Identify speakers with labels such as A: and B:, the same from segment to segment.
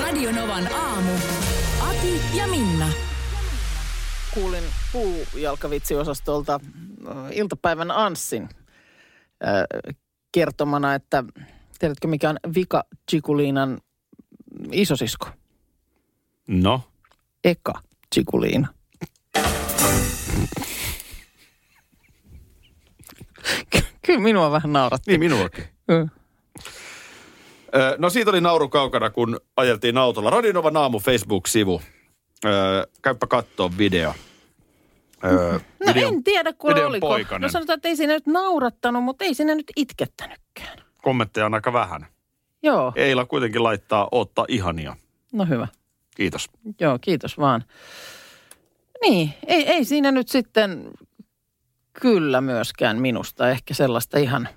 A: Radionovan aamu. Ati ja Minna.
B: kuulin puujalkavitsiosastolta äh, iltapäivän Anssin äh, kertomana, että tiedätkö mikä on Vika Chikuliinan isosisko?
C: No,
B: Eka Chikuliina. Ky- Kyllä minua vähän nauratti.
C: niin minuakin.
B: Mm.
C: Ö, No siitä oli nauru kaukana, kun ajeltiin autolla. Radinovan aamu Facebook-sivu. Ö, Käypä katsoa video. Ö,
B: No en tiedä, kuule
C: videon
B: oliko.
C: poikainen.
B: No sanotaan, että ei siinä nyt naurattanut, mutta ei siinä nyt itkettänytkään.
C: Kommentteja on aika vähän.
B: Joo,
C: Eila kuitenkin laittaa ottaa ihania.
B: no hyvä.
C: Kiitos.
B: Joo, kiitos vaan. Niin, ei, ei siinä nyt sitten kyllä myöskään minusta ehkä sellaista ihan,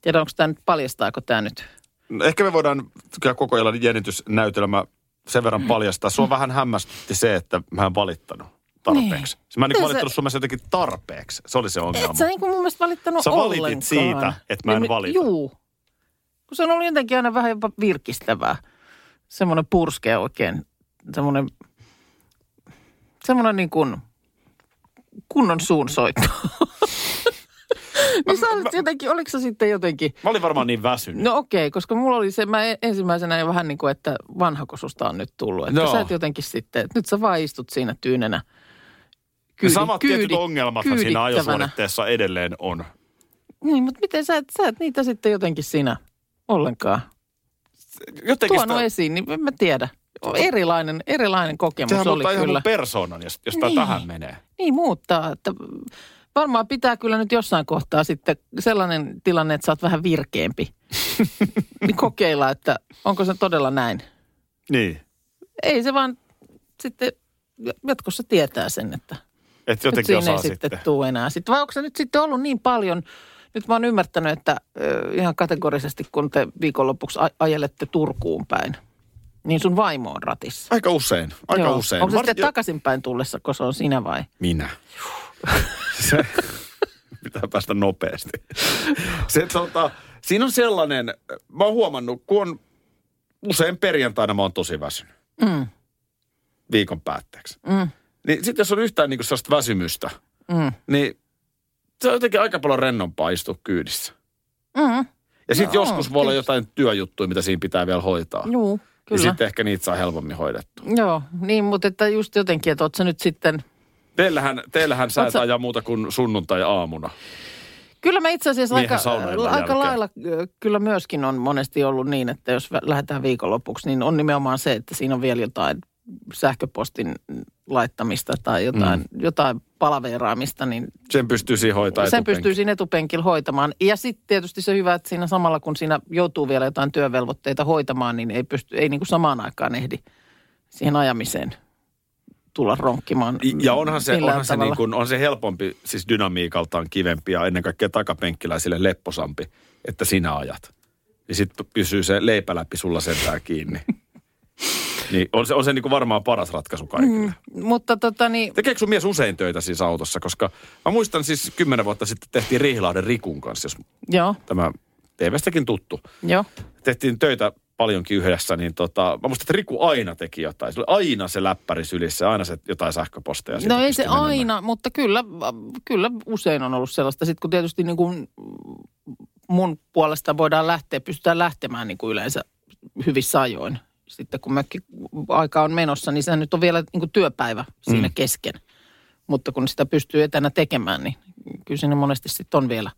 B: tiedä onko tämä nyt, paljastaako tämä nyt?
C: No, Ehkä me voidaan kyllä koko ajan jännitysnäytelmä sen verran paljastaa. Sua vähän hämmästytti se, että mä en valittanut tarpeeksi. Niin. Mä en niin
B: Kyllä
C: valittanut
B: No se-
C: sä... sun mielestä jotenkin tarpeeksi. Se oli se ongelma.
B: Et sä niin kuin mun mielestä valittanut
C: Sä valitit
B: ollenkaan.
C: siitä, että mä en
B: Niin,
C: valita.
B: Juu. Kun se on ollut jotenkin aina vähän jopa virkistävää. Semmoinen purske oikein, semmoinen, semmoinen niin kuin kunnon suunsoitto. niin sä olit jotenkin, oliko se sitten jotenkin
C: Mä olin varmaan niin väsynyt.
B: No okei, koska mulla oli se, mä e- ensimmäisenä jo vähän niin kuin, että vanhako susta on nyt tullut. Että
C: Joo.
B: sä et jotenkin sitten, että nyt sä vaan istut siinä tyynenä.
C: Ne
B: kyydi-
C: samat tietyt
B: kyydi-
C: ongelmat siinä
B: kyydittävänä.
C: ajosuoritteessa edelleen on.
B: Niin, mutta miten sä et, sä et niitä sitten jotenkin siinä ollenkaan
C: Jotenkin
B: tuonut esiin, niin en mä tiedä. Erilainen, erilainen kokemus
C: Sehän
B: oli
C: muuttaa ihan
B: kyllä.
C: mun persoonan, jos, jos tää
B: Niin.
C: tähän menee.
B: Niin muuttaa, että varmaan pitää kyllä nyt jossain kohtaa sitten sellainen tilanne, että sä oot vähän virkeämpi. niin kokeilla, että onko se todella näin.
C: Niin.
B: Ei se vaan sitten jatkossa tietää sen, että
C: Että
B: nyt
C: jotenkin
B: siinä
C: osaa
B: ei sitten,
C: sitten.
B: tuu enää. Sitten, vai onko se nyt sitten ollut niin paljon, nyt mä oon ymmärtänyt, että ö, ihan kategorisesti kun te viikonlopuksi a- ajelette Turkuun päin, niin sun vaimo on ratissa.
C: Aika usein, aika
B: Joo.
C: usein.
B: Onko se
C: Mart-
B: sitten takaisinpäin tullessa, kun se on sinä vai?
C: Minä. se, pitää päästä nopeasti. Se, tota, siinä on sellainen, mä oon huomannut, kun on usein perjantaina mä oon tosi väsynyt
B: Mm,
C: viikon päätteeksi.
B: mm,
C: Niin sitten jos on yhtään niinku sellaista väsymystä,
B: mm,
C: niin se on jotenkin aika paljon rennompaa istua kyydissä.
B: mm.
C: Ja sitten
B: No,
C: joskus voi olla
B: kyllä.
C: jotain työjuttuja, mitä siinä pitää vielä hoitaa.
B: Juu,
C: Ja
B: kyllä.
C: sitten ehkä niitä saa helpommin hoidettua.
B: Joo, niin, mutta että just jotenkin, että oot sä nyt sitten...
C: Teillähän, teillähän
B: sä-
C: säätää ja muuta kuin sunnuntai-aamuna.
B: Kyllä mä itse asiassa
C: Miehen
B: aika, äh,
C: saunailun
B: aika
C: jälkeen.
B: lailla ö, kyllä myöskin on monesti ollut niin, että jos vä- lähdetään viikonlopuksi, niin on nimenomaan se, että siinä on vielä jotain sähköpostin laittamista tai jotain, mm. jotain palaveeraamista, niin
C: Sen pystyy siihen hoitaa
B: sen
C: etupenkillä.
B: pystyy siinä etupenkillä hoitamaan. Ja sitten tietysti se hyvä, että siinä samalla kun siinä joutuu vielä jotain työvelvoitteita hoitamaan, niin ei, pysty, ei niin kuin samaan aikaan ehdi siihen ajamiseen tulla ronkkimaan.
C: Ja onhan se,
B: millään
C: onhan se,
B: tavalla.
C: niin kuin, on se helpompi, siis dynamiikaltaan kivempi ja ennen kaikkea takapenkkiläisille lepposampi, että sinä ajat. Ja sitten pysyy se leipä läpi sulla sentään kiinni. niin on se, on se niin kuin varmaan paras ratkaisu kaikille. Mm.
B: Mutta tota niin,
C: Tekeekö sun mies usein töitä siis autossa? Koska mä muistan siis kymmenen vuotta sitten tehtiin Riihlahden Rikun kanssa, jos
B: joo,
C: tämä TVstäkin tuttu.
B: joo.
C: tehtiin töitä paljonkin yhdessä, niin tota, mä muistan, että Riku aina teki jotain. Sillä oli aina se läppäri sylissä, aina se jotain sähköposteja. siitä
B: No ei
C: pisti
B: se
C: menemään.
B: aina, mutta kyllä, kyllä usein on ollut sellaista. Sitten kun tietysti niin kuin mun puolesta voidaan lähteä, pystytään lähtemään niin kuin yleensä hyvissä ajoin. Sitten kun mökki aika on menossa, niin sehän nyt on vielä niin kuin työpäivä siinä mm. kesken. Mutta kun sitä pystyy etänä tekemään, niin kyllä siinä monesti sitten on vielä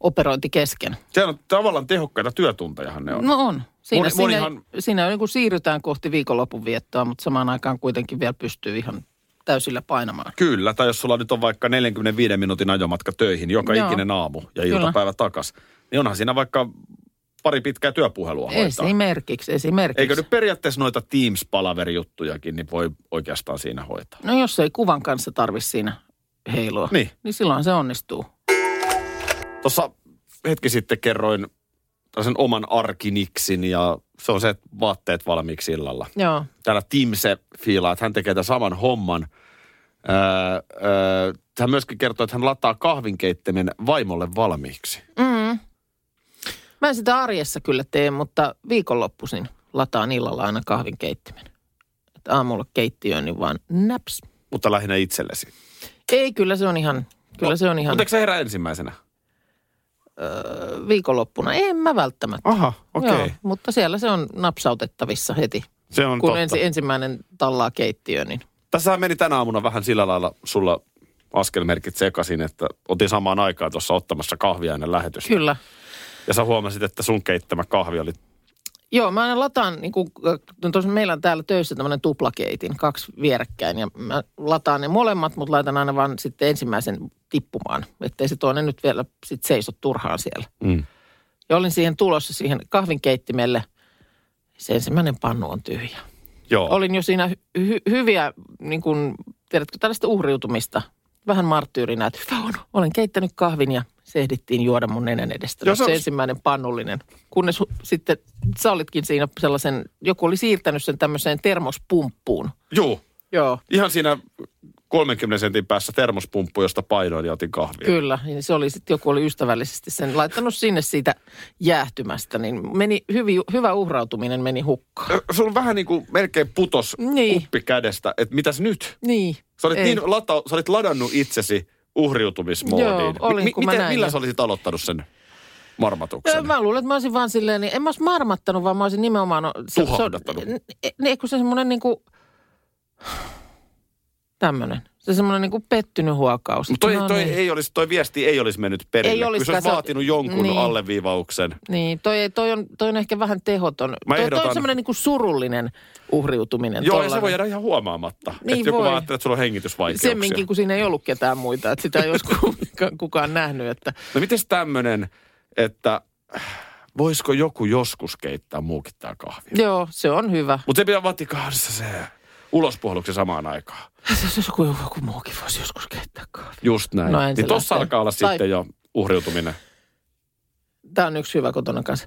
B: operointi kesken.
C: Sehän on tavallaan tehokkaita työtuntejahan ne on.
B: No on. Siinä,
C: Moni-
B: siinä,
C: monihan-
B: siinä niin kuin siirrytään kohti viikonlopun viettoa, mutta samaan aikaan kuitenkin vielä pystyy ihan täysillä painamaan.
C: Kyllä, tai jos sulla nyt on vaikka 45 minuutin ajomatka töihin joka
B: Joo.
C: ikinen aamu ja
B: Kyllä.
C: iltapäivä takas, niin onhan siinä vaikka pari pitkää työpuhelua hoitaa.
B: Esimerkiksi, esimerkiksi.
C: Eikö nyt periaatteessa noita Teams-palaverijuttujakin, niin voi oikeastaan siinä hoitaa.
B: No jos ei kuvan kanssa tarvi siinä heilua,
C: Niin.
B: niin silloin se onnistuu.
C: Tuossa hetki sitten kerroin sen oman arkiniksin ja se on se, että vaatteet valmiiksi illalla.
B: Joo.
C: Täällä Tim se fiilaa, että hän tekee tämän saman homman. Öö, öö, hän myöskin kertoo, että hän lataa kahvinkeittimen vaimolle valmiiksi.
B: Mm. Mä en sitä arjessa kyllä tee, mutta viikonloppuisin lataan illalla aina kahvinkeittimen. Et aamulla keittiöön, niin vaan naps.
C: Mutta lähinnä itsellesi.
B: Ei, kyllä se on ihan, kyllä se on ihan
C: Mutta eikö se herää ensimmäisenä?
B: öö, viikonloppuna. En mä välttämättä.
C: Aha, Ah, okei.
B: Joo, mutta siellä se on napsautettavissa heti.
C: Se on
B: Kun
C: totta.
B: ensi, ensimmäinen tallaa keittiöön, niin
C: Tässähän meni tänä aamuna vähän sillä lailla sulla askelmerkit sekaisin, että otin samaan aikaan tuossa ottamassa kahvia ennen lähetystä.
B: kyllä.
C: Ja sä huomasit, että sun keittämä kahvi oli...
B: Joo, mä aina lataan, niin kuin, no tuossa meillä on täällä töissä tämmöinen tuplakeitin, kaksi vierekkäin. Ja mä lataan ne molemmat, mutta laitan aina vaan sitten ensimmäisen tippumaan. Ettei se toinen nyt vielä sit seiso turhaan siellä.
C: Mm.
B: Ja olin siihen tulossa siihen kahvinkeittimelle. Se ensimmäinen pannu on tyhjä.
C: Joo.
B: Olin jo siinä hy- hy- hyviä, niin kuin, tiedätkö, tällaista uhriutumista. Vähän marttyyrinä, että hyvä on, olen keittänyt kahvin ja se ehdittiin juoda mun nenän edestä.
C: Joo,
B: Nyt
C: se
B: se,
C: on-
B: ensimmäinen pannullinen. Kunnes hu- sitten sä olitkin siinä sellaisen, joku oli siirtänyt sen tämmöiseen termospumppuun.
C: Juu.
B: Joo.
C: Ihan siinä 30 sentin päässä termospumppu, josta painoin ja otin kahvia.
B: Kyllä, niin se oli sitten joku oli ystävällisesti sen laittanut sinne siitä jäähtymästä, niin meni hyvi, hyvä uhrautuminen meni hukkaan.
C: Ö, Sulla vähän niin kuin melkein putos
B: Niin.
C: kuppi kädestä, että mitäs nyt?
B: Niin.
C: Sä olit,
B: ei.
C: niin lata, sä olit ladannut itsesi uhriutumismoodiin.
B: Joo, olin, kun mä
C: miten,
B: näin
C: millä
B: jo.
C: sä olisit aloittanut sen marmatuksen?
B: Öö, Mä luulen, että mä olisin vaan silleen, niin en mä olisi marmattanut, vaan mä olisin nimenomaan... no, se-
C: Tuhahdattanut.
B: Se, on- ne- ne, kun se semmoinen niinku... Tämmönen. Se semmoinen niinku pettynyt huokaus.
C: Mut toi,
B: No
C: toi,
B: niin.
C: ei olisi, toi viesti ei olisi mennyt perille.
B: Ei
C: Ei olisi,
B: olisikaan,
C: se olisi
B: se on-
C: vaatinut jonkun
B: niin.
C: niin. alleviivauksen.
B: Niin, toi, ei- toi, on, toi on ehkä vähän tehoton.
C: Mä
B: toi, toi on
C: ehdotan-
B: semmoinen niinku surullinen uhriutuminen.
C: Joo, ja
B: tollanen.
C: se voi jäädä ihan huomaamatta.
B: Niin
C: Niin joku
B: voi.
C: vaan ajattelee, että sulla on hengitysvaikeuksia.
B: Semminkin, kun siinä ei ollut ketään muita. Että sitä ei olisi kukaan, kukaan nähnyt, että...
C: No mites tämmönen, että äh, voisiko joku joskus keittää muukin tää kahvi?
B: Joo, se on hyvä.
C: Mutta se pitää vaatia kahdessa se ulospuhalluksen samaan aikaan.
B: Se olisi joku, joku muukin voisi joskus keittää kahvia.
C: Just näin.
B: No, en se
C: niin tossa
B: lähtee.
C: alkaa olla
B: Tai-
C: sitten jo uhriutuminen.
B: Tämä on yksi hyvä kotona kanssa.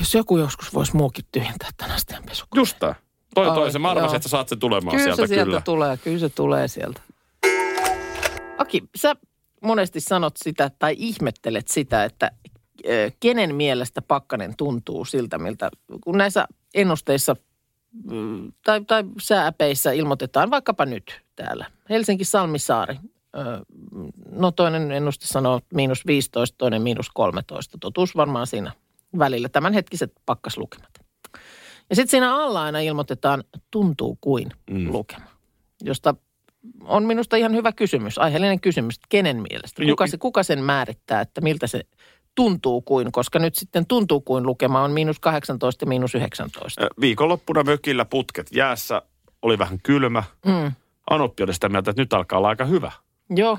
B: Jos joku joskus voisi muukin tyhjentää tämän astianpesun.
C: Just tää. Toi,
B: Oi,
C: toi se. Mä
B: joo.
C: arvasin, että sä saat sen tulemaan
B: Kyllä
C: sieltä,
B: se sieltä
C: kyllä.
B: tulee, kyllä se tulee sieltä. Aki, sä monesti sanot sitä tai ihmettelet sitä, että ö, kenen mielestä pakkanen tuntuu siltä, miltä, kun näissä ennusteissa mm, tai, tai sääpeissä ilmoitetaan vaikkapa nyt täällä. Helsinki Salmisaari. Ö, No toinen ennuste sanoo miinus 15, toinen miinus 13. Totuus varmaan siinä välillä tämänhetkiset pakkaslukemat. Ja sitten siinä alla aina ilmoitetaan tuntuu kuin mm.
C: Mm.
B: lukema, josta on minusta ihan hyvä kysymys, aiheellinen kysymys, että kenen mielestä?
C: Ju-
B: Kuka, se, kuka sen määrittää, että miltä se tuntuu kuin, koska nyt sitten tuntuu kuin lukema on miinus 18 ja miinus 19.
C: Ö, Viikonloppuna mökillä putket jäässä. Oli vähän kylmä.
B: Mm.
C: Anoppi oli sitä mieltä, että nyt alkaa olla aika hyvä.
B: Joo.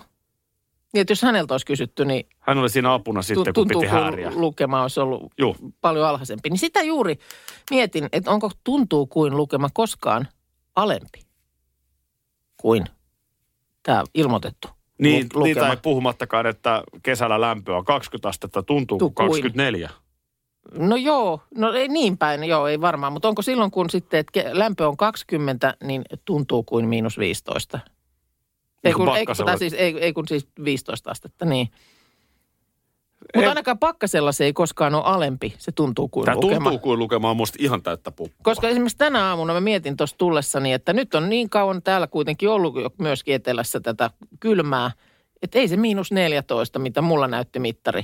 B: Niin, että jos häneltä olisi kysytty, niin
C: Hän oli siinä apuna sitten, kun
B: tuntuu
C: piti
B: kuin
C: hääriä.
B: lukema olisi ollut
C: Juu.
B: paljon alhaisempi. Niin sitä juuri mietin, että onko tuntuu kuin lukema koskaan alempi kuin tämä ilmoitettu
C: Niin,
B: lu-
C: niitä
B: lukema.
C: ei puhumattakaan, että kesällä lämpöä on 20 astetta, tuntuu
B: Tuu
C: kuin
B: kuin.
C: 24.
B: No joo, no ei niin päin, joo ei varmaan, mutta onko silloin kun sitten, että ke- lämpö on 20, niin tuntuu kuin miinus 15? Ei
C: Niin
B: kun,
C: kuin
B: ei, kun, tai
C: pakkasella.
B: siis, ei, ei kun siis 15 astetta, niin. Mutta
C: Ei-
B: ainakaan pakkasella se ei koskaan ole alempi, se tuntuu kuin
C: Tämä
B: lukema.
C: tuntuu kuin lukema on musta ihan täyttä puppua.
B: Koska esimerkiksi tänä aamuna mä mietin tuossa tullessani, että nyt on niin kauan täällä kuitenkin ollut jo myöskin etelässä tätä kylmää, että ei se miinus 14, mitä mulla näytti mittari,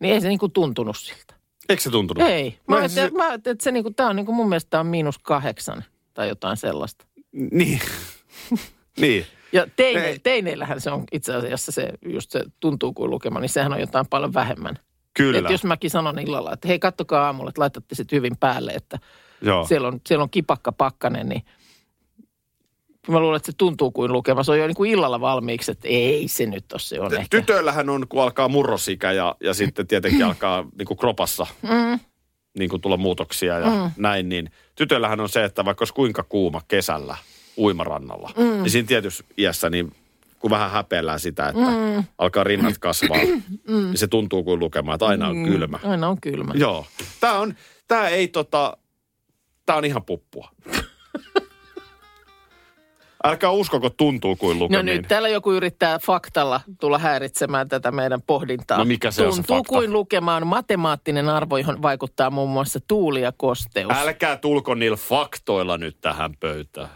B: niin ei se niinku tuntunut siltä.
C: Eikö se tuntunut?
B: Ei. Mä
C: No
B: ajattelin,
C: ei
B: se... mä ajattelin, että se niinku, tää on niinku, mun mielestä tää on miinus kahdeksan tai jotain sellaista.
C: Niin. niin.
B: Ja teine,
C: Ei.
B: teineillähän se on itse asiassa se, just se tuntuu kuin lukema, niin sehän on jotain paljon vähemmän.
C: Kyllä.
B: Et jos mäkin sanon illalla, että hei kattokaa aamulla, että laitatte sit hyvin päälle, että
C: Joo.
B: siellä on, siellä on kipakka pakkanen, niin Mä luulen, että se tuntuu kuin lukema. Se on jo niin kuin illalla valmiiksi, että ei se nyt ole se on
C: Ty-
B: ehkä.
C: Tytöillähän on, kun alkaa murrosikä ja, ja sitten tietenkin alkaa niin kuin kropassa
B: Mm,
C: niin kuin tulla muutoksia ja mm. näin, niin tytöillähän on se, että vaikka olisi kuinka kuuma kesällä uimarannalla, mm. niin siinä tietyssä iässä niin kun vähän häpeillään sitä, että mm. alkaa rinnat kasvaa, mm. niin se tuntuu kuin lukema, että aina
B: Mm.
C: on kylmä.
B: aina on kylmä.
C: Joo. Tämä on, tämä ei tota, tämä on ihan puppua. Älkää uskoko tuntuu kuin
B: No
C: lukemiin.
B: nyt täällä joku yrittää faktalla tulla häiritsemään tätä meidän pohdintaa.
C: No mikä se on se
B: Tuntuu
C: fakta?
B: kuin lukemaan matemaattinen arvo, johon vaikuttaa muun muassa tuuli ja kosteus.
C: Älkää tulko niillä faktoilla nyt tähän pöytään.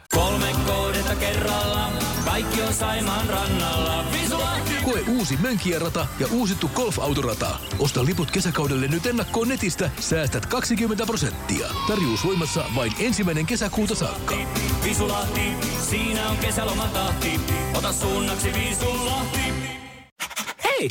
D: Koe uusi Mönkijärata ja uusittu golfautorata. Osta liput kesäkaudelle nyt ennakkoon netistä. Säästät 20 prosenttia. Tarjous voimassa vain ensimmäinen kesäkuuta saakka.
E: Visulahti, siinä on kesälomatahti. Ota suunnaksi Visulahti.
F: Hei!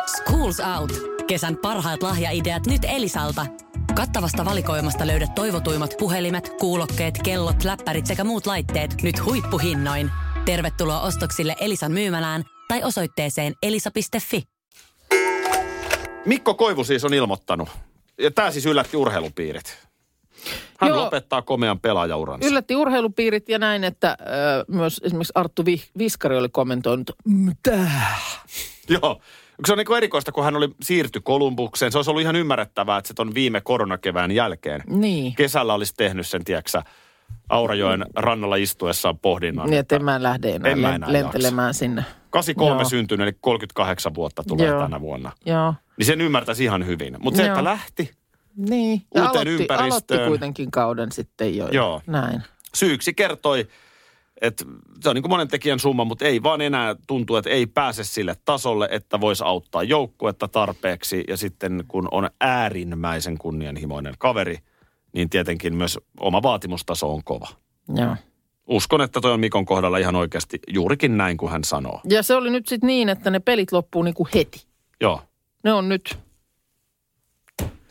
G: Schools Out. Kesän parhaat lahjaideat nyt Elisalta. Kattavasta valikoimasta löydät toivotuimmat puhelimet, kuulokkeet, kellot, läppärit sekä muut laitteet nyt huippuhinnoin. Tervetuloa ostoksille Elisan myymälään tai osoitteeseen elisa.fi.
C: Mikko Koivu siis on ilmoittanut. Ja tämä siis yllätti urheilupiirit. Hän Joo.
B: Joo.
C: lopettaa komean pelaajauransa.
B: Yllätti urheilupiirit ja näin, että ö, myös esimerkiksi Arttu Vih- Viskari oli kommentoinut, mitä?
C: Joo. Se on niin erikoista, kun hän oli siirty Kolumbukseen. Se olisi ollut ihan ymmärrettävää, että se on viime koronakevään jälkeen.
B: Niin.
C: Kesällä olisi tehnyt sen, tiedäksä, Aurajoen rannalla istuessaan pohdinnan.
B: Niin, että en mä lähde enää,
C: En mä
B: len-
C: enää
B: lentelemään sinne.
C: 83
B: Joo.
C: syntynyt, eli 38 vuotta tulee
B: Joo.
C: tänä vuonna.
B: Joo,
C: Niin sen ymmärtäisi ihan hyvin. Mutta se, että
B: Joo.
C: lähti
B: niin.
C: Uuteen
B: aloitti, aloitti
C: ympäristöön.
B: kuitenkin kauden sitten jo. ja
C: Joo.
B: Näin.
C: syyksi kertoi, että se on niin kuin monen tekijän summa, mutta ei vaan enää tuntuu, että ei pääse sille tasolle, että voisi auttaa joukkuetta tarpeeksi. Ja sitten kun on äärimmäisen kunnianhimoinen kaveri, niin tietenkin myös oma vaatimustaso on kova.
B: Joo.
C: Uskon, että toi on Mikon kohdalla ihan oikeasti juurikin näin kuin hän sanoo.
B: Ja se oli nyt sitten niin, että ne pelit loppuu niinku heti.
C: Joo.
B: Ne on nyt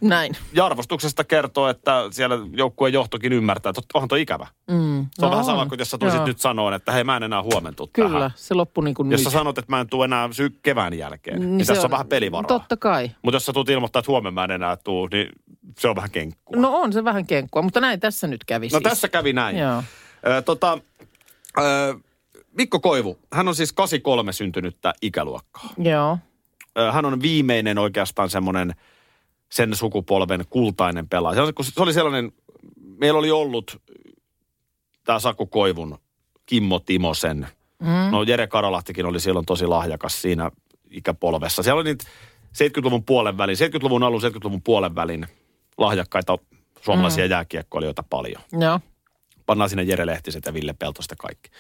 B: näin.
C: Ja arvostuksesta kertoo, että siellä joukkueen johtokin ymmärtää, että onhan toi ikävä.
B: Mm.
C: Se
B: No
C: on vähän sama kuin jos sä tulisit
B: Joo.
C: nyt sanoon, että hei mä en enää huomentu
B: Kyllä,
C: tähän.
B: se loppui niinku
C: Jos sä
B: nyt.
C: sanot, että mä en tule enää syy kevään jälkeen, niin,
B: se
C: niin tässä on, vähän pelivaraa.
B: Totta kai.
C: Mutta jos sä tulet ilmoittaa, että huomenna mä en enää tuu, niin se on vähän kenkkua.
B: No on se vähän kenkkua, mutta näin tässä nyt kävi
C: no
B: siis.
C: tässä kävi näin.
B: Joo.
C: Ö, tota, ö, Mikko Koivu, hän on siis 83 syntynyttä ikäluokkaa.
B: Joo.
C: Ö, hän on viimeinen oikeastaan semmoinen sen sukupolven kultainen pelaaja. Se on- kun Se oli sellainen, meillä oli ollut tämä Saku Koivun, Kimmo Timosen. Mm. No Jere Karalahtikin oli silloin tosi lahjakas siinä ikäpolvessa. Siellä oli niitä 70-luvun puolen välin, 70-luvun alun, 70-luvun puolen välin lahjakkaita suomalaisia mm. jääkiekkoilijoita paljon.
B: Joo.
C: Pannaan sinne Jere Lehtiset ja Ville Peltosta kaikki.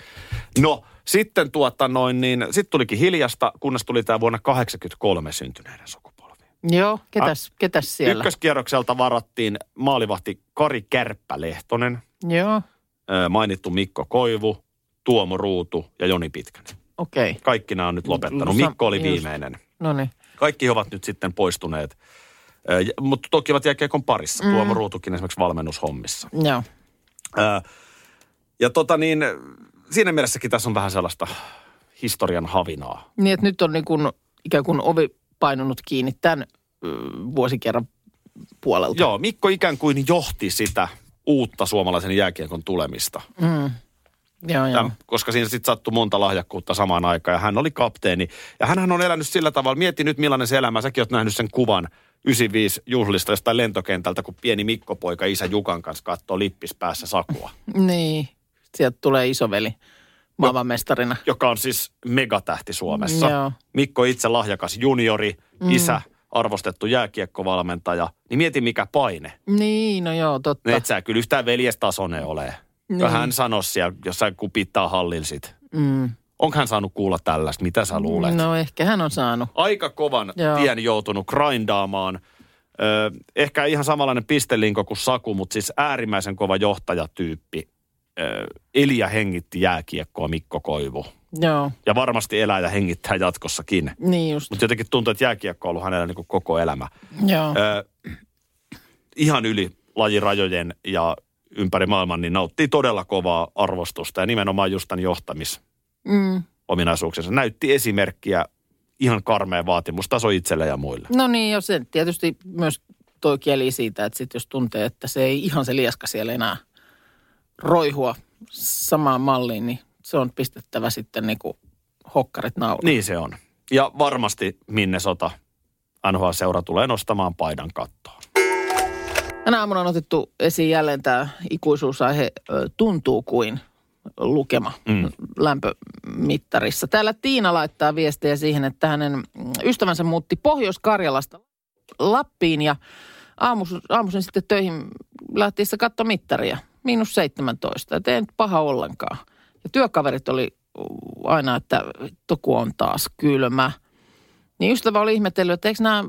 C: No, sitten tuota noin, niin sitten tulikin hiljasta, kunnes tuli tämä vuonna 83 syntyneiden sukupolvi.
B: Joo. Ketäs, ketäs siellä?
C: Ykköskierrokselta varattiin maalivahti Kari Kärppä-Lehtonen,
B: Joo.
C: ö, mainittu Mikko Koivu, Tuomo Ruutu ja Joni Pitkänen.
B: Okei. Okay.
C: Kaikki nämä on nyt lopettanut.
B: Sam-
C: Mikko oli
B: just.
C: viimeinen.
B: No niin.
C: Kaikki he ovat nyt sitten poistuneet, Ö, ja- mutta toki ovat jääkiekon parissa. Tuomo Ruutukin esimerkiksi valmennushommissa.
B: Joo.
C: Ää, Ja tota niin, siinä mielessäkin tässä on vähän sellaista historian havinaa.
B: Niin, että nyt on niin kuin, ikään kuin ovi painunut kiinni tämän ö, vuosikerran puolelta.
C: Joo, Mikko ikään kuin johti sitä uutta suomalaisen jääkiekon tulemista.
B: Joo, joo.
C: Täm, koska siinä sitten sattui monta lahjakkuutta samaan aikaan ja hän oli kapteeni. Ja hän on elänyt sillä tavalla, mieti nyt millainen se elämä, säkin oot nähnyt sen kuvan 95 juhlista jostain lentokentältä, kun pieni Mikko-poika isä Jukan kanssa katsoo lippis päässä sakua,
B: Niin. Sieltä tulee
C: No.
B: isoveli maailmanmestarina.
C: joka on siis megatähti Suomessa.
B: Joo.
C: Mikko itse lahjakas juniori, mm. isä, arvostettu jääkiekkovalmentaja, niin mieti mikä paine.
B: Niin, no joo, totta.
C: Ne et sä kyllä yhtään veljestasonen ole. Niin. Hän sanoi siellä jossain kupittaa hallin sit.
B: Mm.
C: Onko hän saanut kuulla tällaista? Mitä sä luulet?
B: No ehkä hän on saanut.
C: Aika kovan
B: Joo.
C: tien joutunut grindaamaan. Ö, ehkä ihan samanlainen pistelinko kuin Saku, mutta siis äärimmäisen kova johtajatyyppi. Ö, eli ja hengitti jääkiekkoa Mikko Koivu.
B: Joo,
C: Ja varmasti elää ja hengittää jatkossakin.
B: niin just.
C: Mutta jotenkin tuntuu, että jääkiekko on ollut hänellä niin koko elämä.
B: Joo.
C: Ö, ihan yli lajirajojen ja ympäri maailman, niin nauttii todella kovaa arvostusta ja nimenomaan just tämän
B: Mm.
C: johtamisominaisuuksensa. Näytti esimerkkiä ihan karmea vaatimustaso itselle ja muille.
B: No niin, ja se tietysti myös toi kieli siitä, että sit jos tuntee, että se ei ihan se lieska siellä enää roihua samaan malliin, niin se on pistettävä sitten niinku hokkarit naulaan.
C: Niin se on. Ja varmasti minne sota NHL-seura tulee nostamaan paidan kattoon.
B: Tänä aamuna on otettu esiin jälleen tämä ikuisuusaihe ö, tuntuu kuin lukema
C: Mm.
B: mm. lämpömittarissa. Täällä Tiina laittaa viestejä siihen, että hänen mm, ystävänsä muutti Pohjois-Karjalasta Lappiin ja aamus, aamuisin sitten töihin lähtiessä katto mittaria. Miinus 17, et ei nyt paha ollenkaan. Ja työkaverit oli aina, että toku on taas kylmä. Niin ystävä oli ihmetellyt, että eikö nämä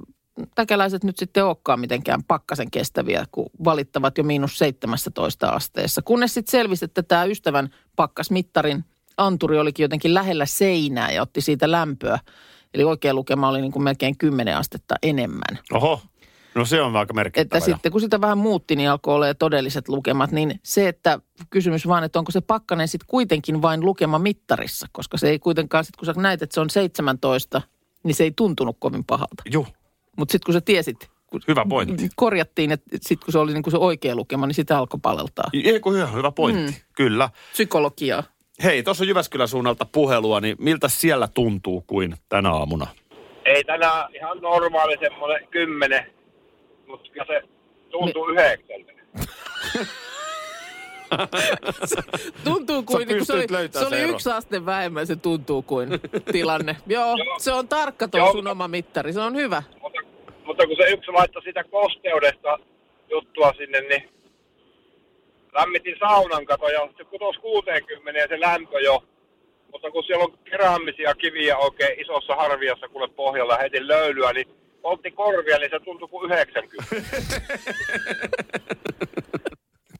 B: täkäläiset nyt sitten olekaan mitenkään pakkasen kestäviä, kun valittavat jo miinus 17 asteessa. Kunnes sitten selvisi, että tämä ystävän pakkasmittarin anturi olikin jotenkin lähellä seinää ja otti siitä lämpöä. Eli oikea lukema oli niin kuin melkein 10 astetta enemmän.
C: Oho, no se on aika merkittävä.
B: Että
C: jo.
B: sitten kun sitä vähän muutti, niin alkoi olla todelliset lukemat. Niin se, että kysymys vaan, että onko se pakkanen sitten kuitenkin vain lukema mittarissa, koska se ei kuitenkaan, sitten kun sä näit, että se on 17, niin se ei tuntunut kovin pahalta.
C: Juh,
B: Mutta sitten kun sä tiesit, kun
C: hyvä
B: Mm.
C: pointti.
B: korjattiin, että sitten kun se oli niin kuin se oikea lukema, niin sitä alkoi paleltaa.
C: Ei kun hyvä, hyvä pointti, mm. kyllä.
B: Psykologiaa.
C: Hei, tuossa on Jyväskylän suunnalta puhelua, niin miltä siellä tuntuu kuin tänä aamuna?
H: Ei tänään ihan normaali semmoinen kymmenen, mutta kyllä se tuntuu yhdeksältä.
B: Tuntuu
C: Sä
B: kuin, niin kuin se oli,
C: pystyt löytämään
B: se oli
C: se ero.
B: yksi aste vähemmän se tuntuu kuin tilanne. Joo, se on tarkka tuo sun oma mittari, se on hyvä.
H: Mutta kun se yksi laittoi sitä kosteudesta juttua sinne, niin lämmitin saunan kato ja se putosi 60 ja se lämpö jo. Mutta kun siellä on keräämisiä kiviä oikein isossa harviassa kuule pohjalla heti löylyä, niin poltti korvia, niin se tuntui kuin 90.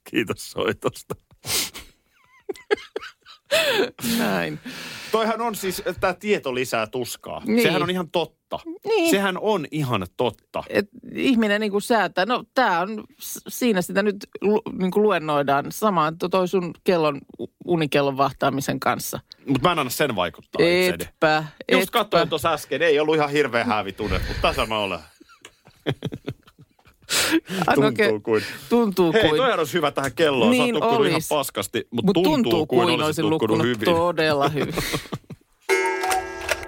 C: Kiitos soitosta.
B: Näin.
C: Toihan on siis, tämä tieto lisää tuskaa.
B: Niin.
C: Sehän on ihan totta.
B: Niin.
C: Sehän on ihan totta.
B: Et ihminen niin kuin säätää, no tämä on, s- siinä sitä nyt lu, niin kuin luennoidaan samaan to- toi sun kellon, u- unikellon vahtaamisen kanssa.
C: Mutta mä en anna sen vaikuttaa itseeni.
B: Etpä,
C: Just
B: etpä.
C: katsoin tuossa äsken, ei ollut ihan hirveä häävitunne, mutta tässä mä olen.
B: Ai, no
C: Tuntuu
B: okei.
C: kuin.
B: Tuntuu
C: Hei,
B: kuin.
C: toi olisi hyvä tähän kelloon. Niin
B: Niin
C: Sä oot nukkunut
B: olis.
C: ihan paskasti, mutta Mut tuntuu, kuin, olisit nukkunut, hyvin.
B: todella hyvin.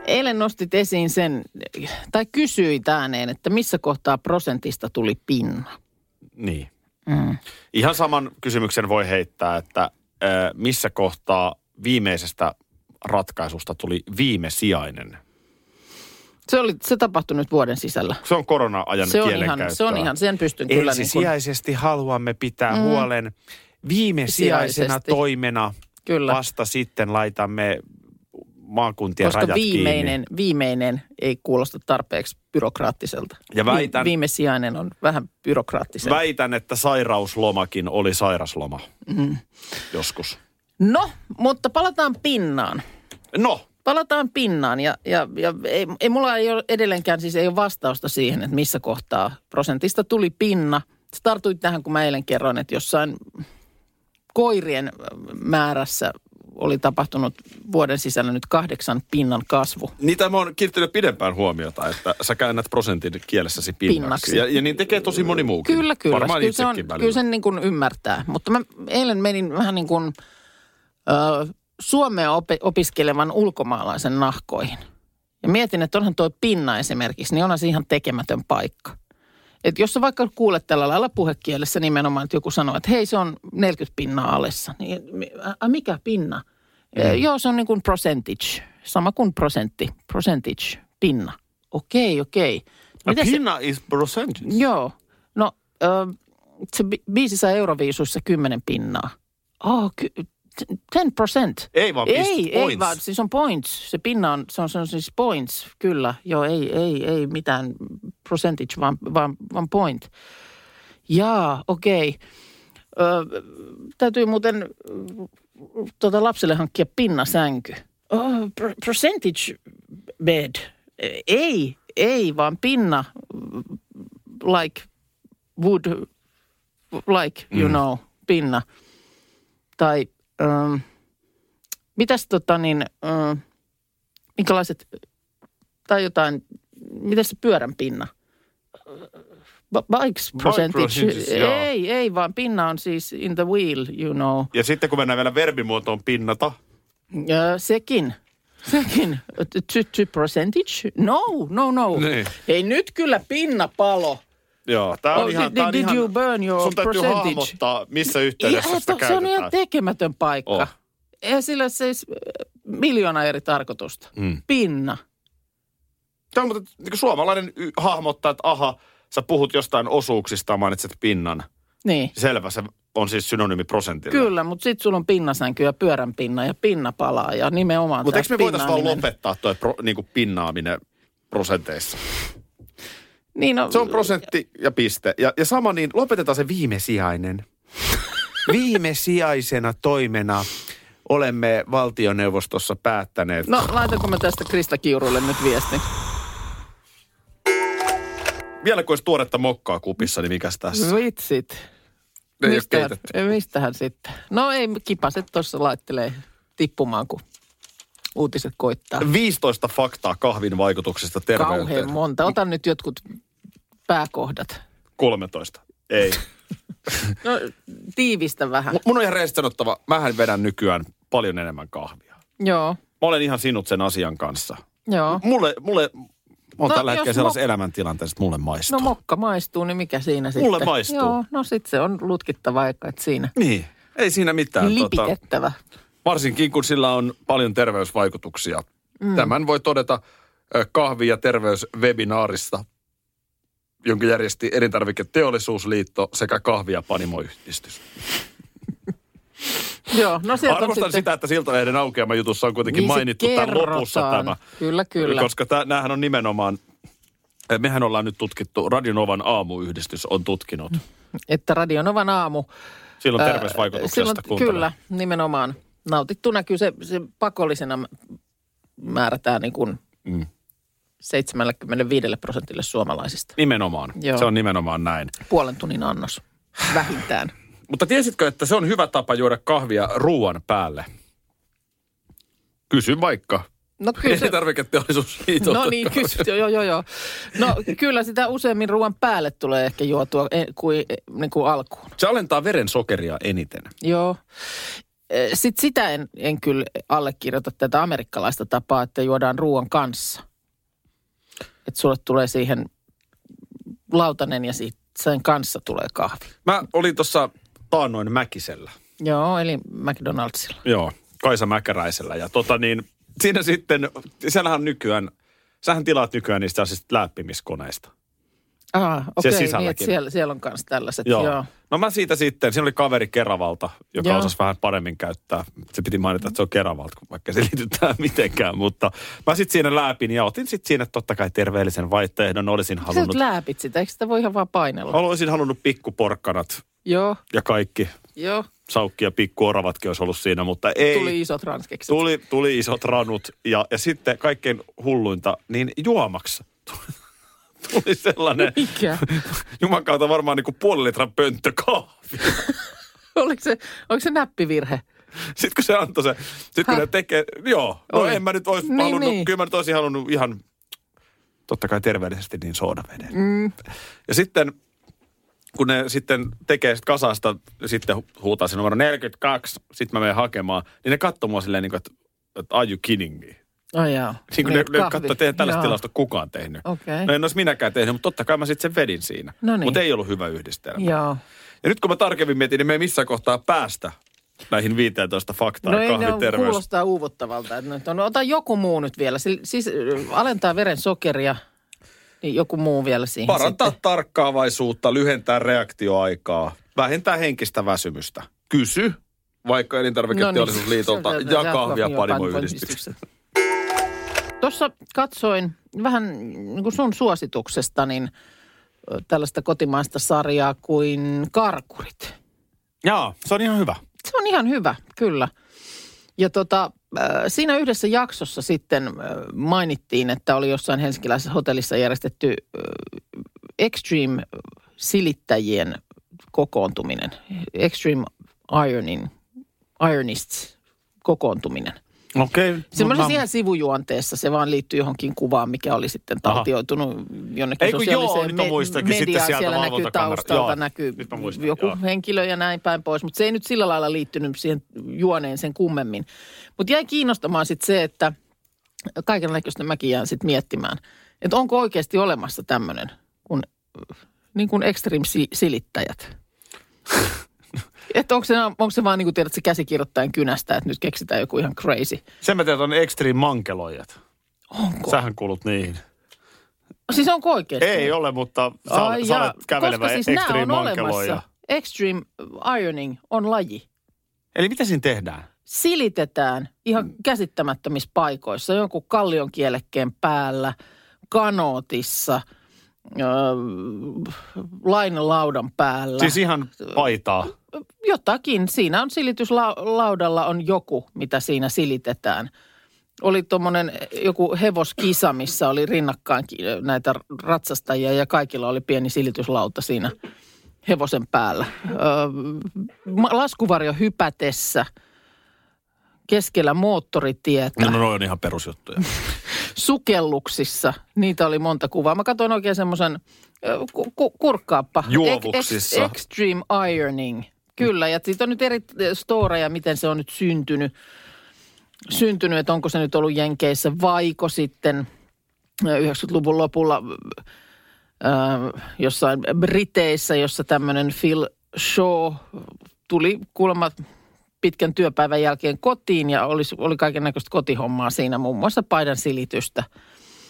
B: Eilen nostit esiin sen, tai kysyit ääneen, että missä kohtaa prosentista tuli pinna.
C: Niin.
B: Mm.
C: Ihan saman kysymyksen voi heittää, että ö, missä kohtaa viimeisestä ratkaisusta tuli viimesijainen?
B: Se, oli, se tapahtui nyt vuoden sisällä.
C: Se on korona-ajan
B: Se on, ihan,
C: kielenkäyttöä.
B: se on ihan, sen pystyn kyllä niin kuin,
C: Ensisijaisesti niin haluamme pitää
B: Mm.
C: mm. huolen viimesijaisena
B: Sijaisesti.
C: toimena.
B: kyllä.
C: Vasta sitten laitamme maakuntien
B: Koska
C: rajat kiinni.
B: viimeinen, viimeinen ei kuulosta tarpeeksi byrokraattiselta.
C: Ja väitän-
B: Vi, viimesijainen on vähän byrokraattisempi.
C: Väitän, että sairauslomakin oli sairasloma
B: Mm.
C: joskus.
B: No, mutta palataan pinnaan.
C: No,
B: Palataan pinnaan ja, ja, ja ei, ei, mulla ei ole edelleenkään siis ei ole vastausta siihen, että missä kohtaa prosentista tuli pinna. Sä tartuit tähän, kun mä eilen kerroin, että jossain koirien määrässä oli tapahtunut vuoden sisällä nyt kahdeksan pinnan kasvu.
C: niitä mä oon kiinnittänyt pidempään huomiota, että sä käännät prosentin kielessäsi pinnaksi.
B: Pinnaksi.
C: Ja, ja niin tekee tosi moni muukin.
B: Kyllä, kyllä.
C: Varmaan
B: kyllä, se on,
C: itsekin välillä.
B: kyllä sen niin kuin ymmärtää. Mutta mä eilen menin vähän niin kuin ö, Suomea opi- opiskelevan ulkomaalaisen nahkoihin. Ja mietin, että onhan tuo pinna esimerkiksi, niin onhan se ihan tekemätön paikka. Et jos sä vaikka kuulet tällä lailla puhekielessä nimenomaan, että joku sanoo, että hei se on 40 pinnaa alessa, niin mi- ä, mikä pinna? Mm. Joo, se on niin kuin percentage, sama kuin prosentti, percentage, pinna. Okei, okei.
C: A
B: Mitä se-
C: pinna is percentage.
B: Joo. ähm, No, ö, se bi- biisi sai Euroviisuissa kymmenen pinnaa. Oh, ky- 10 percent.
C: Ei vaan pist-
B: ei,
C: points.
B: ei vaan, siis on points. Se pinna on, se on, se on siis points, kyllä. Joo, ei, ei, ei mitään percentage, vaan, vaan, vaan point. Jaa, okei. Ö, täytyy muuten ö, tuota lapselle hankkia pinnasänky. Oh, per- percentage bed. Ei, ei, vaan pinna like wood, like you mm. know, pinna. Tai ähm, mitäs tota niin, ähm, minkälaiset, tai jotain, mitäs se pyörän pinna? Ba- Bikes
C: percentage,
B: percentage.
C: joo.
B: ei, ei, vaan pinna on siis in the wheel, you know.
C: Ja sitten kun mennään vielä verbimuotoon pinnata,
B: Ö, sekin. Sekin. Two, two percentage? No, no, no.
C: Niin.
B: Ei nyt kyllä pinnapalo.
C: Joo, tää on
B: Oh,
C: ihan...
B: did-
C: tää on
B: did
C: ihan,
B: you burn your
C: sun täytyy
B: percentage?
C: hahmottaa, missä
B: Ja,
C: yhteydessä sitä
B: se on
C: käytetään.
B: ihan tekemätön paikka.
C: On.
B: Eihän sillä siis äh, miljoona eri tarkoitusta.
C: Mm.
B: Pinna.
C: Tämä on muuten niin suomalainen y- hahmottaa, että aha, sä puhut jostain osuuksista ja mainitset pinnan.
B: Niin.
C: Selvä, se on siis synonyymi prosentille.
B: Kyllä, mutta sitten sulla on pinnasänky ja pyörän pinna ja pinnapalaa ja nimenomaan
C: Mutta
B: tää
C: eikö me voitaisiin
B: pinnan nimen-
C: vaan lopettaa tuo pro, niin kuin pinnaaminen prosenteissa?
B: Niin, no,
C: Se on prosentti ja piste. Ja, ja sama niin, lopetetaan se viimesijainen. Viimesijaisena toimena olemme valtioneuvostossa päättäneet.
B: no laitanko mä tästä Krista Kiurulle nyt viestin?
C: Vielä kun olisi tuoretta mokkaa kupissa, niin mikäs tässä?
B: Vitsit.
C: Ei ole
B: Mistähän,
C: keitetty.
B: ei, mistähän sitten? No ei, kipaset tuossa laittelee tippumaan, kun uutiset koittaa.
C: 15 faktaa kahvin vaikutuksesta terveyteen.
B: Kauhean monta. Ota nyt jotkut pääkohdat.
C: 13. Ei.
B: No, tiivistä vähän.
C: Mu- Mun on ihan rehellisesti sanottava, mähän vedän nykyään paljon enemmän kahvia.
B: Joo,
C: Mä olen ihan sinut sen asian kanssa.
B: joo.
C: Mulle, mulle, mä oon
B: No,
C: no, tällä
B: jos
C: hetkellä sellaisen
B: mo-
C: elämäntilanteessa, että mulle maistuu.
B: No mokka maistuu, niin mikä siinä sitten?
C: Mulle maistuu.
B: Joo, no sit se on lutkittava aika, että siinä.
C: Niin, ei siinä mitään. tuota,
B: Lipitettävä.
C: varsinkin kun sillä on paljon terveysvaikutuksia. Mm. Tämän voi todeta ö, kahvi- ja terveyswebinaarista, jonka järjesti Elintarviketeollisuusliitto sekä kahvi- ja panimoyhdistys.
B: Joo, no sieltä on
C: Arvostan
B: sitten...
C: sitä, että Siltalehden aukeama jutussa on kuitenkin
B: Niin se
C: mainittu tämän
B: kerrotaan.
C: lopussa tämä.
B: Kyllä, kyllä.
C: Koska tämä, näähän on nimenomaan, eh, mehän ollaan nyt tutkittu, Radionovan aamuyhdistys on tutkinut.
B: Mm. Että Radionovan aamu.
C: Silloin
B: ää,
C: terveysvaikutuksesta
B: silloin- Kyllä, nimenomaan. Nautittu näkyy se, se pakollisena m- määrätään niin kuin
C: Mm.
B: 75 prosentille suomalaisista.
C: Nimenomaan.
B: Joo.
C: Joo. Se on nimenomaan näin.
B: Puolen tunnin annos vähintään.
C: Mutta tiesitkö, että se on hyvä tapa juoda kahvia ruoan päälle? Kysy vaikka.
B: No kyllä se,
C: Elintarviketeollisuusliitolta.
B: No niin, kysy. Joo, joo, joo, joo. No kyllä sitä useammin ruoan päälle tulee ehkä juotua eh, kuin, eh, niin kuin alkuun.
C: Se alentaa veren sokeria eniten.
B: Joo. Eh, Sitten sitä en, en kyllä allekirjoita tätä amerikkalaista tapaa, että juodaan ruoan kanssa. Että sulle tulee siihen lautanen ja sit sen kanssa tulee kahvi.
C: Mä olin tuossa taannoin Mäkisellä.
B: Joo, eli McDonaldsilla.
C: Joo, Kaisa Mäkäräisellä. Ja tota niin, siinä sitten, siellähän on nykyään, sähän tilaat nykyään niistä sellaisista läppimiskoneista.
B: Ah, okei, niin, että
C: sisälläkin.
B: siellä, siellä on myös tällaiset. Joo. Joo.
C: No mä siitä sitten, siinä oli kaveri Keravalta, joka
B: Joo.
C: Joo. osasi vähän paremmin käyttää. Se piti mainita, että se on Keravalta, kun vaikka se liity tähän mitenkään. Mutta mä sitten siinä läpin ja otin sitten siinä totta kai terveellisen vaihtoehdon. Olisin
B: Sä nyt
C: halunnut,
B: lääpit sitä, eikö sitä voi ihan vaan painella?
C: olisin halunnut pikkuporkkanat
B: Joo,
C: ja kaikki.
B: joo.
C: Saukki ja pikkuoravatkin olisi ollut siinä, mutta ei.
B: Tuli isot ranskekset.
C: Tuli, tuli isot ranut ja, ja sitten kaikkein hulluinta, niin juomaksi tuli sellainen,
B: Mikä?
C: juman kautta varmaan niin kuin puolen litran pönttökahvi.
B: Oliko se, oliko se näppivirhe?
C: Sitten kun se antoi se, sitten kun ne tekee, joo, no
B: Oli.
C: en mä nyt olisi
B: Niin,
C: niin, halunnut,
B: niin.
C: niin. kyllä mä nyt olisin halunnut ihan, totta kai terveellisesti, niin soodaveden.
B: Mm.
C: Ja sitten, kun ne sitten tekee sit kasasta, sitten hu- huutaa se numero 42, sitten mä menen hakemaan, niin ne katsoo mua silleen, niin kuin, että, että are you kidding me?
B: Oh, joo.
C: Niin kuin ne, ne
B: kahvi.
C: katsoo, että eihän tällaista
B: Joo.
C: tilasta ole kukaan tehnyt.
B: Okei.
C: No en olisi minäkään tehnyt, mutta totta kai mä sitten sen vedin siinä.
B: No niin.
C: Mutta ei ollut hyvä yhdistelmä.
B: Joo.
C: Ja nyt kun mä tarkemmin mietin, niin me ei missään kohtaa päästä näihin 15 faktaan
B: No ei, ne on,
C: kahviterveys.
B: kuulostaa uuvuttavalta. Että nyt on, No, ota joku muu nyt vielä. Siis, siis äh, alentaa veren sokeria, niin joku muu vielä siihen
C: Parantaa
B: sitten.
C: tarkkaavaisuutta, lyhentää reaktioaikaa, vähentää henkistä väsymystä. Kysy,
I: vaikka Elintarviketeollisuusliitolta
B: No niin.
I: ja kahvia panimoyhdistyksen.
B: panimoyhdistyksen. Tuossa katsoin vähän niin kuin sun suosituksesta niin ö, tällaista kotimaista sarjaa kuin Karkurit.
C: Joo, se on ihan hyvä.
B: Se on ihan hyvä, kyllä. Ja tota, äh, siinä yhdessä jaksossa sitten äh, mainittiin, että oli jossain helsinkiläisessä hotellissa järjestetty äh, Extreme silittäjien kokoontuminen. Extreme Ironin, Ironists kokoontuminen.
C: Okei. no Okay,
B: Semmoisessa ihan sivujuonteessa, se vaan liittyy johonkin kuvaan, mikä oli sitten
C: Aha.
B: taltioitunut jonnekin
C: Ei kun joo,
B: sosiaaliseen
C: nyt mä muistankin, sitten
B: mediaan.
C: sieltä
B: siellä näkyy
C: valvontakamera.
B: taustalta,
C: Joo,
B: näkyy
C: nyt mä muistan,
B: joku
C: joo.
B: henkilö ja näin päin pois, mutta se ei nyt sillä lailla liittynyt siihen juoneen sen kummemmin. Mutta jäi kiinnostamaan sitten se, että kaikenlaista mäkin jään sitten miettimään, että onko oikeasti olemassa tämmöinen kuin, niin kuin extreme si- silittäjät. että onko se, onko se vaan niin kuin tiedät, se käsikirjoittajan kynästä, että nyt keksitään joku ihan crazy.
C: Sen mä tiedän, että on extreme mankeloijat.
B: Onko?
C: Sähän kuulut niihin.
B: Siis onko oikeasti?
C: Ei ole, mutta sä olet,
B: Ai
C: sä
B: jaa,
C: olet kävelevä
B: koska siis nämä
C: extreme
B: on
C: mankeloija.
B: olemassa. Extreme ironing on laji.
C: Eli mitä siinä tehdään?
B: Silitetään ihan käsittämättömissä paikoissa, jonkun kallion kielekkeen päällä, kanootissa, öö, lainalaudan päällä.
C: Siis ihan paitaa.
B: Jotakin. Siinä on silityslaudalla on joku, mitä siinä silitetään. Oli tuommoinen joku hevoskisa, missä oli rinnakkain ki- näitä ratsastajia ja kaikilla oli pieni silityslauta siinä hevosen päällä. Öö, ma- laskuvarjo hypätessä keskellä moottoritietä,
C: No, no noi on ihan perusjuttuja.
B: sukelluksissa. Niitä oli monta kuvaa. Mä katsoin oikein semmoisen, ö, ku- ku- kurkkaappa.
C: Juovuksissa.
B: Ex- ex- extreme ironing. Kyllä, ja siitä on nyt eri ö, storeja, miten se on nyt syntynyt. Syntynyt, että onko se nyt ollut Jenkeissä vaiko sitten ö, 90-luvun lopulla ö, ö, jossain Briteissä, jossa tämmöinen Phil Shaw tuli kuulemma pitkän työpäivän jälkeen kotiin ja oli, oli kaiken näköistä kotihommaa siinä, muun muassa paidan silitystä.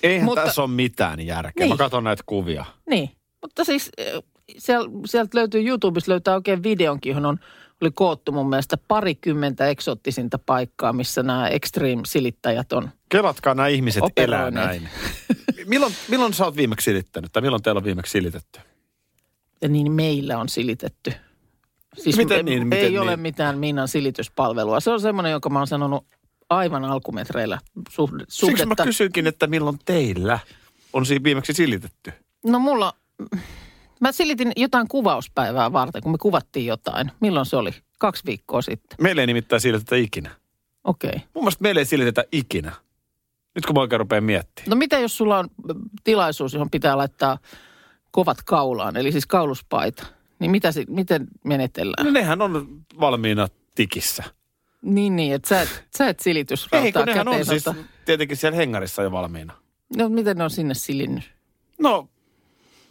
C: Eihän
B: Mutta-
C: Mutta... tässä ole mitään järkeä. Niin. Mä
B: Niin.
C: katson näitä kuvia.
B: Niin, mutta siis eh, siel, sieltä löytyy YouTubesta löytää oikein videonkin, johon on, oli koottu mun mielestä parikymmentä eksoottisinta paikkaa, missä nämä extreme-silittäjät on.
C: Kelatkaa nämä ihmiset elää
B: Operoineet.
C: näin. milloin, milloin sä oot viimeksi silittänyt tai milloin teillä on viimeksi silitetty?
B: Ja niin meillä on silitetty. Siis
C: Miten
B: ei,
C: niin, miten
B: ei ole
C: niin?
B: mitään Minnan silityspalvelua. Se on semmoinen, jonka mä oon sanonut aivan alkumetreillä suhde,
C: Siksi mä
B: suhdetta.
C: kysyinkin, että milloin teillä on siinä viimeksi silitetty?
B: No mulla, mä silitin jotain kuvauspäivää varten, kun me kuvattiin jotain. Milloin se oli? Kaksi viikkoa sitten.
C: Meillä ei nimittäin silitetä ikinä.
B: Okei. Okay.
C: Mun mielestä meillä ei silitetä ikinä. Nyt kun mä oikein rupean miettimään.
B: No mitä jos sulla on ö, tilaisuus, johon pitää laittaa kovat kaulaan, eli siis kauluspaita, niin mitä, si- miten menetellään?
C: No nehän on valmiina tikissä.
B: Niin, niin, että sä et, sä et silitysrautaa
C: Ei kun nehän on
B: käteen
C: siis
B: ota.
C: tietenkin siellä hengarissa jo valmiina.
B: No miten ne on sinne silinnyt?
C: No,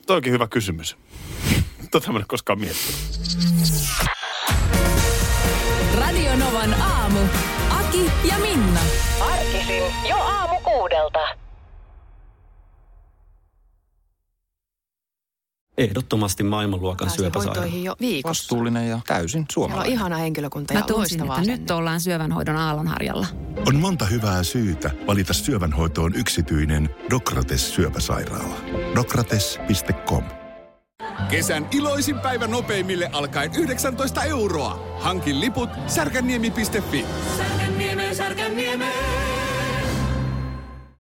C: toi onkin hyvä kysymys. Tota mä en ole koskaan miettinyt.
G: Radio Novan aamu. Aki ja Minna. Arkisin jo aamu kuudelta.
J: Ehdottomasti maailmanluokan syöpäsairaala.
K: hoitoihin jo viikossa.
J: Vastuullinen ja täysin
K: Siellä on
J: suomalainen.
K: ihana henkilökunta ja
L: Mä tunsin,
K: loistavaa
L: että nyt ollaan syövänhoidon aallonharjalla.
M: On monta hyvää syytä valita syövänhoitoon yksityinen Dokrates syöpäsairaala. Dokrates.com
N: Kesän iloisin päivä nopeimille alkaen 19 euroa. Hankin liput särkänniemi.fi.
O: Särkänniemi, särkänniemi.